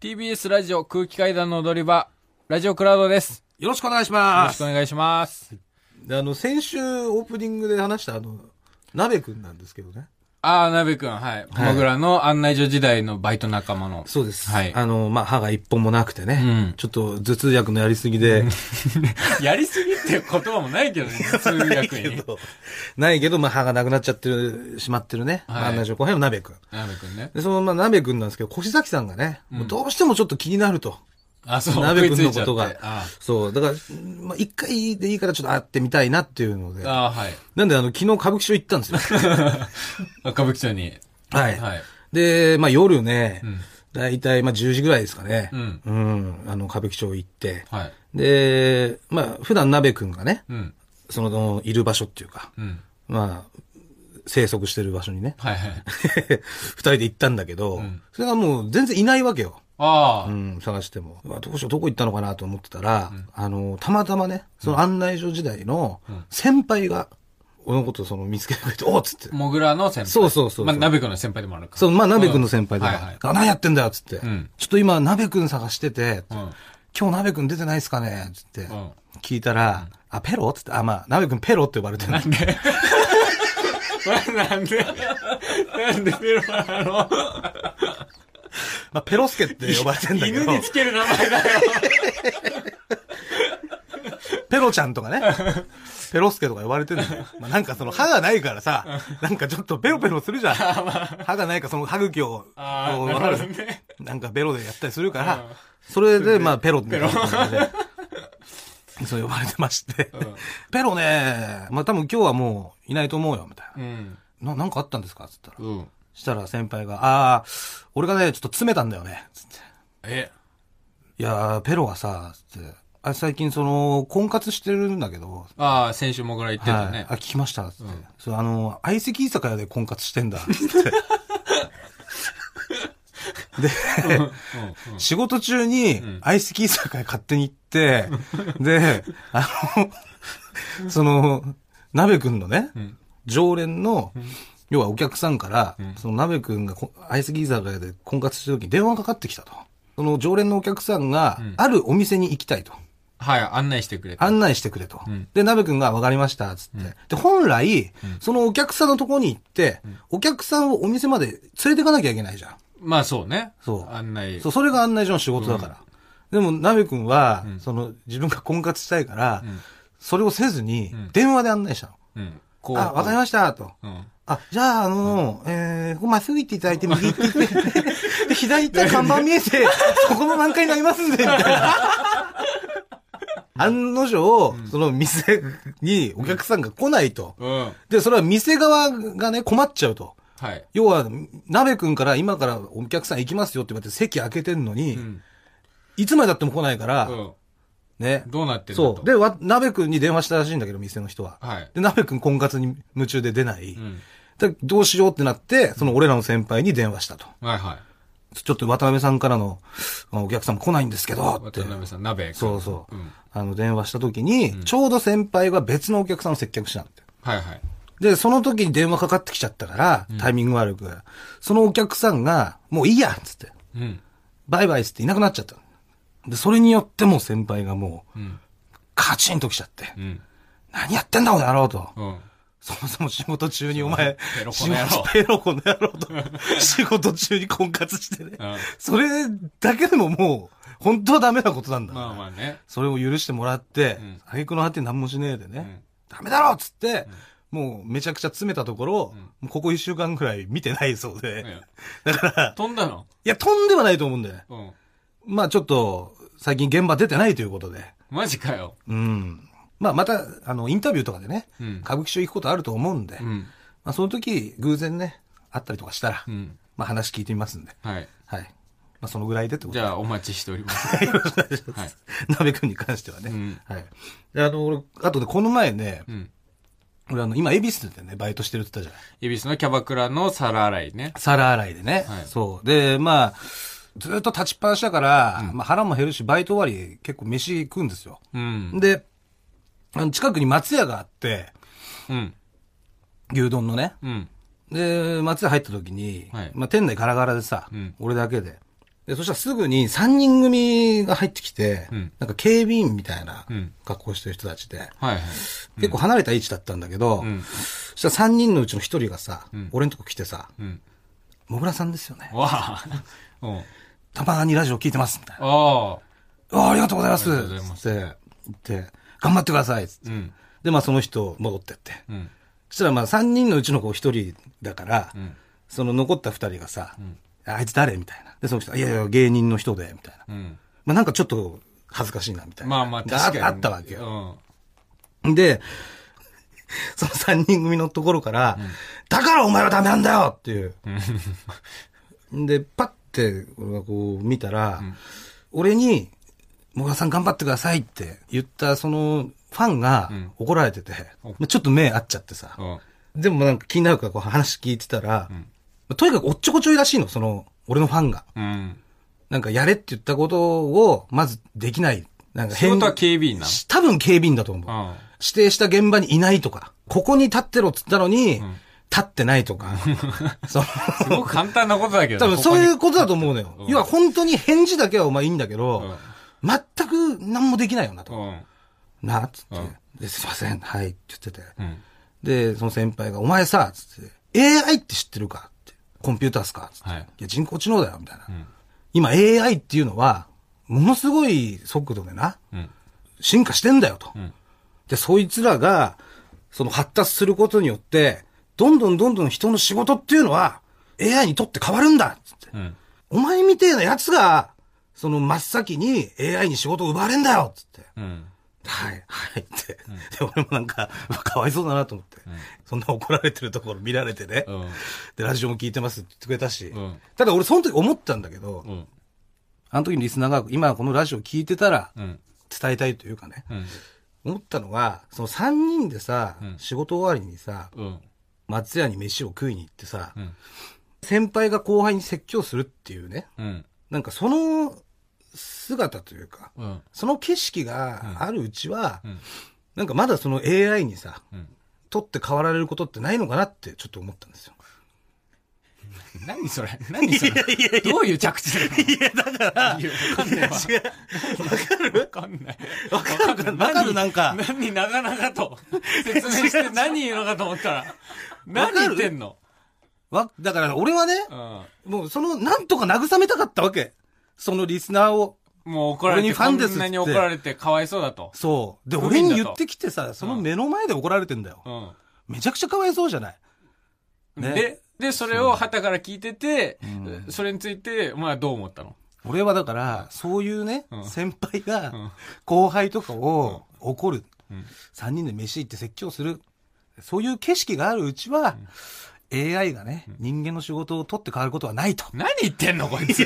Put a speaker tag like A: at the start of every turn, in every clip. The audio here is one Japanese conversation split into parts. A: TBS ラジオ空気階段の踊り場、ラジオクラウドです。
B: よろしくお願いし
A: よ
B: ま
A: ろしく
B: す
A: お。願いします。
B: であの、先週オープニングで話したあの、鍋くんなんですけどね。
A: あー、なべくん、はい。僕らの案内所時代のバイト仲間の。
B: そうです。
A: はい
B: あの、まあ、歯が一本もなくてね。
A: うん
B: ちょっと頭痛薬のやりすぎで。
A: やりすぎっていう言葉もないけどね、通
B: ない
A: 訳
B: け
A: に。
B: ど、ないけど、まあ、歯がなくなっちゃってる、しまってるね。
A: はい
B: まあ案内所後輩の鍋くん。
A: なべくんね。
B: で、その、まあ、鍋くんなんですけど、腰崎さんがね、もうどうしてもちょっと気になると。
A: あ、そう、
B: 鍋くん
A: 食い
B: の
A: ついち
B: こ
A: ゃって
B: とが
A: あ。
B: そう。だから、まあ、一回でいいからちょっと会ってみたいなっていうので。
A: ーあー、はい。
B: なんで、あの、昨日歌舞伎町行ったんで すよ。
A: あ歌舞伎町に。
B: はい。
A: はい。
B: で、まあ夜ね、
A: ん
B: だいたいまあ10時ぐらいですかね、
A: うん
B: うんあの、歌舞伎町行って、
A: はい。
B: で、まあ普段鍋くんがね、
A: うん。
B: その、いる場所っていうか、
A: うん。、
B: まあ、生息してる場所にね
A: はいはい。
B: 二人で行ったんだけど、
A: ん
B: それがもう全然いないわけよ。
A: ああ、
B: うん、探しても。うわどうしよう、どこ行ったのかなと思ってたら、あの、たまたまね、その案内所時代の先輩が、俺のことをその見つけてくれて、おっつって。
A: モグラの先輩。
B: そうそうそう
A: まあ、鍋くんの先輩でもあるから。
B: そう、まあ、鍋くんの先輩だ
A: は
B: か
A: い
B: ら、
A: はい。
B: あ何やってんだよ、つって、
A: ん
B: ちょっと今、鍋くん探してて、
A: うん。
B: 今日鍋くん出てないっすかねつって、
A: ん
B: 聞いたら、あ、ペロつって、あ、まあ、鍋くんペロって呼ばれてる。
A: なんでなんでペロなの
B: まあ、ペロスケって呼ばれてんだ け
A: 犬
B: ど
A: に、つける名前だよ。
B: ペロちゃん とかね、ペロスケとか呼ばれてるんだよ。まあ、なんかその歯がないからさ、なんかちょっとペロペロするじゃん。 歯がないからその歯茎を、
A: あ
B: こ
A: あ、
B: う
A: な
B: わか
A: る
B: る
A: ほどね。
B: なんかベロでやったりするから、
A: うん
B: それで、まあ、ペロって感じで。そう呼ばれてまして。ペロね、まあ多分今日はもういないと思うよ、みたい
A: うん。
B: な。な、なんかあったんですかつったら。
A: うん。
B: したら先輩が、ああ、俺がね、ちょっと詰めたんだよね。つって。
A: え、
B: いやー、ペロがさ、つって。あ最近その、婚活してるんだけど。
A: ああ、先週モグラ言ってた
B: はい
A: ね。
B: あ、聞きました。つって。それあの、相席居酒屋で婚活して んだ。つって。で、
A: うん
B: 仕事中に相席居酒屋勝手に 行って、で、あの、その、鍋くんのね、
A: ん
B: 常連の、要はお客さんから、その鍋くんがこ相席居酒屋で婚活してる時に電話かかってきたと。その常連のお客さんが、あるお店に行きたいと。
A: はい、案内してくれた。
B: 案内してくれと。
A: ん
B: で、鍋くんが分かりました、つって。で、本来、そのお客さんのところに行って、お客さんをお店まで連れてかなきゃいけないじゃん。
A: まあそうね。
B: そう
A: 案内。
B: そう、それが案内所の仕事だから。でも、なべくんは、その、自分が婚活したいから、それをせずに、電話で案内したの。
A: うん。こ
B: あ、わかり
A: ま
B: ました、と。
A: うん。
B: あ、じゃあ、あのー、えー、ここまっすぐ行っていただいて、右 行っていただいて、で、左行ったら看板見えて、そこの段階になりますんで、みたいな。案の定、その店にお客さんが来ないと。
A: うん。は
B: で、それは店側がね、困っちゃうと。
A: い。
B: 要は、鍋くんから今からお客さん行きますよって言われて席開けてんのに、
A: ん
B: いつまでたっても来ないから、
A: う
B: ね
A: ん。。どうなってる
B: そう。で、わ、鍋くんに電話したらしいんだけど、店の人は。
A: はい。
B: で、鍋くん婚活に夢中で出ない。
A: うん。
B: でどうしようってなって、その俺らの先輩に電話したと。
A: はいはい。
B: ちょっと渡辺さんからのあお客さんも来ないんですけど、って
A: 渡。辺さん、鍋。
B: そうそう。
A: うん。
B: あの、電話した時に、ちょうど先輩が別のお客さんを接客したんだって。
A: はいはい。
B: で、その時に電話かかってきちゃったから、タイミング悪く。そのお客さんが、もういいやっつって。
A: うん。
B: バイバイっつっていなくなっちゃった。で、それによってもう先輩がもう、
A: うん。
B: カチンときちゃって。
A: うん。
B: 何やってんだこの野郎と。
A: うん。
B: そもそも仕事中にお前、
A: ペロこの野郎
B: 仕事ペロこの野郎と、仕事中に婚活してね。
A: うん
B: それだけでももう、本当はダメなことなんだ。
A: まあまあね。
B: それを許してもらって
A: ん、
B: 挙句の果て何もしねえでね、
A: ん
B: ダメだろっつって、もうめちゃくちゃ詰めたところ、もうここ一週間くらい見てないそうで、だから、
A: 飛んだの
B: いや、飛んではないと思うんだよね。
A: うん。
B: まあちょっと、最近現場出てないということで、
A: マジかよ。
B: うん。まあまた、あの、インタビューとかでね、
A: うん
B: 歌舞伎町行くことあると思うんで、
A: うん。
B: まあ、その時、偶然ね、会ったりとかしたら、
A: うん。
B: まあ話聞いてみますんで。
A: はい。
B: はい。まあそのぐらいでってこと
A: じ
B: で。
A: ゃあ、お待ちしており ます。はい。
B: 鍋くんに関してはね。
A: うん
B: はい。で、あの、俺、あとね、この前ね、
A: うん。
B: 俺あの、今、恵比寿でね、バイトしてるって言ったじゃない。
A: 恵比寿のキャバクラの皿洗いね。
B: 皿洗いでね。
A: はい
B: そう。で、まあ、ずっと立ちっぱなしだから、まあ腹も減るし、バイト終わり結構飯食うんですよ。
A: うん。
B: で、あの近くに松屋があって、
A: うん。
B: 牛丼のね。
A: うん。
B: で、松屋入った時に、
A: はい
B: まあ店内ガラガラでさ、
A: うん
B: 俺だけで。で、そしたらすぐに3人組が入ってきて、
A: うん
B: なんか警備員みたいな
A: うん
B: 格好してる人たちで、
A: はいはい。
B: 結構離れた位置だったんだけど、
A: うん。
B: そしたら3人のうちの1人がさ、
A: うん
B: 俺のとこ来てさ、
A: うん。
B: もぐらさんですよね。
A: わあ。うん。あ
B: たまにラジオ聞いてます、みたいな。
A: あ。
B: あありがとうございます
A: ありがとうございま
B: つって言って、頑張ってくださいつって
A: うん。
B: で、まあその人戻ってって。
A: うん。
B: そしたらまあ3人のうちの子1人だから、
A: うん。
B: その残った2人がさ、あいつ誰みたいな。で、その人、いやいや、芸人の人で、みたいな。
A: うん。
B: まあなんかちょっと恥ずかしいな、みたいな。
A: まあまあ、
B: が
A: 確かに。
B: あったわけよ。
A: よ。
B: で、 その3人組のところから、だからお前はダメなんだよっていう。
A: うん。
B: で、パッて、俺がこう見たら、俺に、もがさん頑張ってくださいって言った、その、ファンが
A: うん
B: 怒られてて、
A: お
B: まあちょっと目合っちゃってさ。
A: うん。
B: でもなんか気になるからこう話聞いてたら、まあとにかくおっちょこちょいらしいの、その、俺のファンが。
A: うん。
B: なんかやれって言ったことを、まずできない。なんか
A: 仕事は警備員な
B: し多分警備員だと思う。
A: の
B: 指定した現場にいないとか、ここに立ってろっつったのに、立ってない とか、その
A: うん。すごく簡単なことだけど
B: 多
A: ね
B: 分そういう
A: こ
B: ことだと思うのよ
A: うん。
B: 要は本当に返事だけはお前いいんだけ
A: う
B: ど
A: ん、
B: 全く何もできないよな。
A: ことに
B: な、つって
A: うん。
B: で、すいません、はい、って言ってて。
A: うん。うん。
B: で、その先輩が、お前さ、つって、AI って知ってるかって。コンピューターっすかつって。
A: はい
B: いや、人工知能だよ、みたいな
A: う。ん。
B: 今 AI っていうのは、ものすごい速度でな、
A: うん。
B: 進化してんだよと。
A: うん。
B: で、そいつらが、その発達することによって、どんどんどんどん人の仕事っていうのは、AI にとって変わるんだっつって。
A: うん。
B: お前みてえなやつが、その真っ先に AI に仕事を奪われんだよっつって。
A: うん。
B: はい、はいって。で、俺もなんか、 うわかわいそうだなと思って。そんな怒られてるところ見られてね。
A: うん。
B: で、ラジオも聞いてますって言ってくれたし。
A: うん
B: ただ俺その時思ったんだけど、
A: うん。
B: あの時にリスナーが今このラジオ聞いてたら
A: うん。
B: 伝えたいというかね、
A: うん。
B: 思ったのが、その3人でさ、
A: うん
B: 仕事終わりにさ、
A: うん。
B: 松屋に飯を食いに行ってさ、
A: うん。
B: 先輩が後輩に説教するっていうね、
A: うん。
B: なんかその姿というか、
A: うん。
B: その景色があるうちは、
A: うん
B: なんかまだその AI にさ、
A: うん。
B: 取って変わられることってないのかなってちょっと思ったんですよ。
A: 何それ何それどういう着地だよ。いや、だから。いや、わかんないわ。わかんない。
B: わかるかなわかるなんか。
A: 何、長々と説明して何言うのかと思ったら、何言ってんの
B: わ、だから俺はね、
A: うん。
B: もうその、なんとか慰めたかったわけ。そのリスナーを。
A: もう怒られ
B: 俺
A: て、
B: にファンですっ
A: こん
B: つって
A: なに怒られてかわいそうだと。
B: そう。で、
A: 不憫
B: 俺に
A: だと
B: 言ってきてさ、その目の前で怒られてんだよ。
A: う
B: めちゃくちゃかわいそうじゃない。
A: ん。
B: ね
A: で、で、それを旗から聞いてて、
B: ん
A: それについて、お前はどう思ったの
B: 俺はだから、そういうね、
A: うん
B: 先輩
A: うん
B: が、後輩とかを怒る。
A: うん
B: 3人で飯行って説教する。そういう景色があるうちは、AI がね、人間の仕事を取って変わることはないと。
A: 何言ってんのこいつ。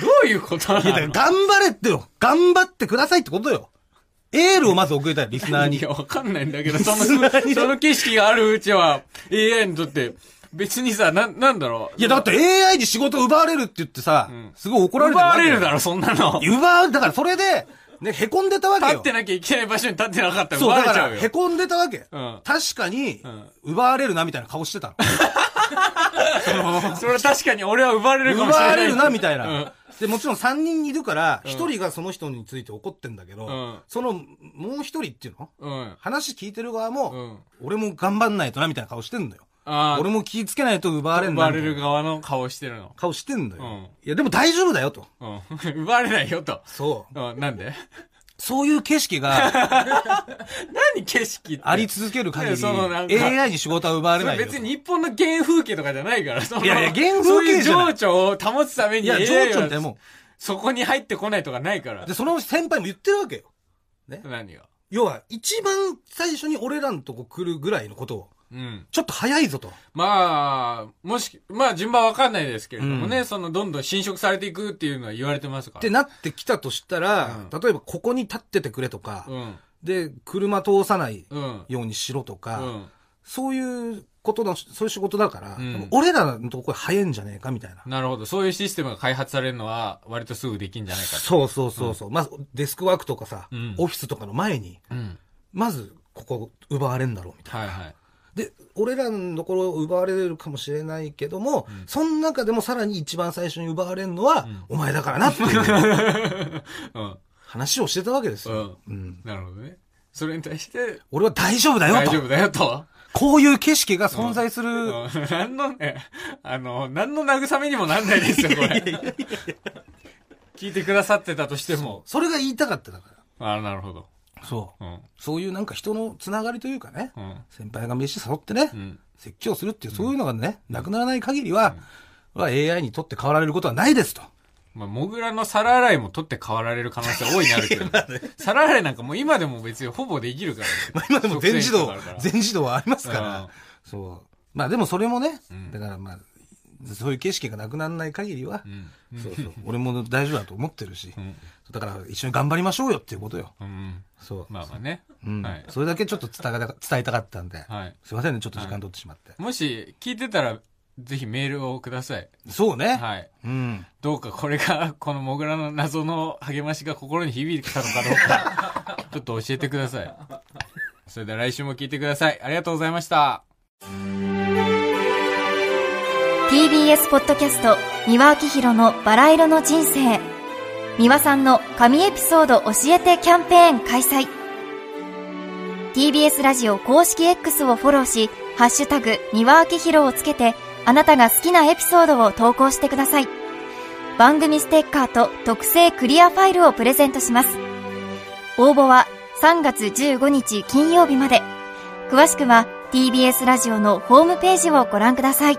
A: どういうことない
B: や、だ
A: の
B: から頑張れってよ頑張ってくださいってことよエールをまず送りたい、リスナーに
A: い。や、わかんないんだけど、その、
B: 何
A: その景色があるうちは、AI にとって、別にさ、なん、なんだろう。
B: いや、だって AI に仕事奪われるって言ってさ、
A: ん
B: すごい怒られて
A: 奪われる
B: わ
A: だろ、そんなの
B: け。よ。奪う、だからそれで、ね、凹んでたわけよ。
A: 立ってなきゃいけない場所に立ってなかったら
B: そ
A: 奪
B: う、
A: わ
B: だ
A: れ
B: か
A: ちゃ
B: ら、
A: うよ。
B: 凹んでたわけ。
A: うん
B: 確かに、
A: ん
B: 奪われるなみたいな顔してたの。
A: それは確かに俺は奪われるか
B: 奪
A: もしれない。
B: われるなみたい
A: うん
B: な。で、もちろん3人いるから、1人がその人について怒ってんだけど、
A: うん
B: その、もう1人っていうの
A: うん。
B: 話聞いてる側
A: う
B: も
A: ん、
B: 俺も頑張んないとなみたいな顔してんのよ。
A: あ
B: 俺も気ぃつけないと奪
A: あ、
B: われる
A: 奪
B: な
A: わ
B: みた
A: れ
B: いな
A: る側の顔してるの。
B: 顔してんのよ。
A: うん
B: いや、でも大丈夫だよと。
A: うん。 奪われないよと。
B: そう。
A: うん、なん で
B: そういう景 色が
A: 何景色って。
B: あり続ける限
A: ね
B: り、
A: そのなんか
B: AI に仕事は奪われ
A: そ
B: な
A: れ
B: いよ。
A: 別に日本の原風景とかじゃないから、その
B: いやいや原風景じゃない
A: そういう情緒を保つため
B: い
A: に
B: や、情
A: AI
B: 緒みたいな
A: は
B: も
A: そこに入ってこないとかないから
B: ん。で、。その先輩も言ってるわけよ。
A: 何が。
B: 要は、一番最初に俺らのとこ来るぐらいのことを、
A: うん。
B: ちょっと早いぞと。
A: まあ、もし、まあ順番わかんないですけれどもね、そのどんどん侵食されていくっていうのは言われてますか
B: って
A: ら。
B: なってきたとしたら、
A: う
B: 例えばここに立っててくれとか、
A: うん。
B: で、車通さない
A: うん。
B: ようにしろと
A: う
B: か、
A: ん。
B: そういうことの、そういう仕事だから、
A: ん
B: 多分俺らのとこ早いんじゃねえかみたいな。
A: なるほど。そういうシステムが開発されるのは割とすぐできんじゃないかと。
B: そうそうそうそう。まず、デスクワークとかさ、
A: うん
B: オフィスとかの前に、
A: うん。
B: まず、ここ奪われんだろうみたいな。
A: はいはい。
B: で、俺らのところを奪われるかもしれないけども、その中でもさらに一番最初に奪われるのは、お前だからなっていう
A: うん。
B: 話をしてたわけです
A: う
B: よ。
A: ん。なるほどね。それに対して、
B: 俺は大丈夫だよ
A: 大
B: と
A: 丈。夫だよと。
B: こういう景色が存在する。
A: うん何のね、あの、何の慰めにもなんないですよ、これ。聞いてくださってたとしても。
B: それが言いたかっただか
A: ああ、なるほど。
B: ら。そう。
A: うん。
B: そういうなんか人のつながりというかね、
A: うん。
B: 先輩が飯誘ってね、
A: うん。
B: 説教するっていう、そういうのがね、なくならない限りは、は AI にとって変わられることはないですと。
A: まあ、モグラの皿洗いも取って変わられる可能性は大いにあるけど、皿洗いなんかもう今でも別にほぼできるから、
B: まあ 今でも全自動
A: 即戦力だから、
B: 全自動はありますか
A: うん
B: ら、そう。まあでもそれもね、
A: ん
B: だからまあ、そういう景色がなくならない限りは
A: う、ん。
B: そうそう、俺も大丈夫だと思ってるし
A: う、ん。
B: だから一緒に頑張りましょうよっていうことよ。
A: うん。
B: そう。
A: まあまあね。
B: うん
A: はい。
B: それだけちょっと伝えたか伝えたかったんで、
A: はい。
B: すいませんね、ちょっと時間取ってしまって。
A: もし、聞いてたら、ぜひメールをください。
B: そうね。
A: はい。
B: うん。
A: どうかこれが、 このモグラの謎の励ましが心に響いたのかどうか、ちょっと教えてください。それでは来週も聞いてください。ありがとうございました。
C: TBS ポッドキャスト三輪明宏のバラ色の人生三輪さんの神エピソード教えてキャンペーン開催 TBS ラジオ公式 X をフォローし「ハッシュタグ三輪明宏」をつけてあなたが好きなエピソードを投稿してください番組ステッカーと特製クリアファイルをプレゼントします応募は3月15日金曜日まで詳しくは TBS ラジオのホームページをご覧ください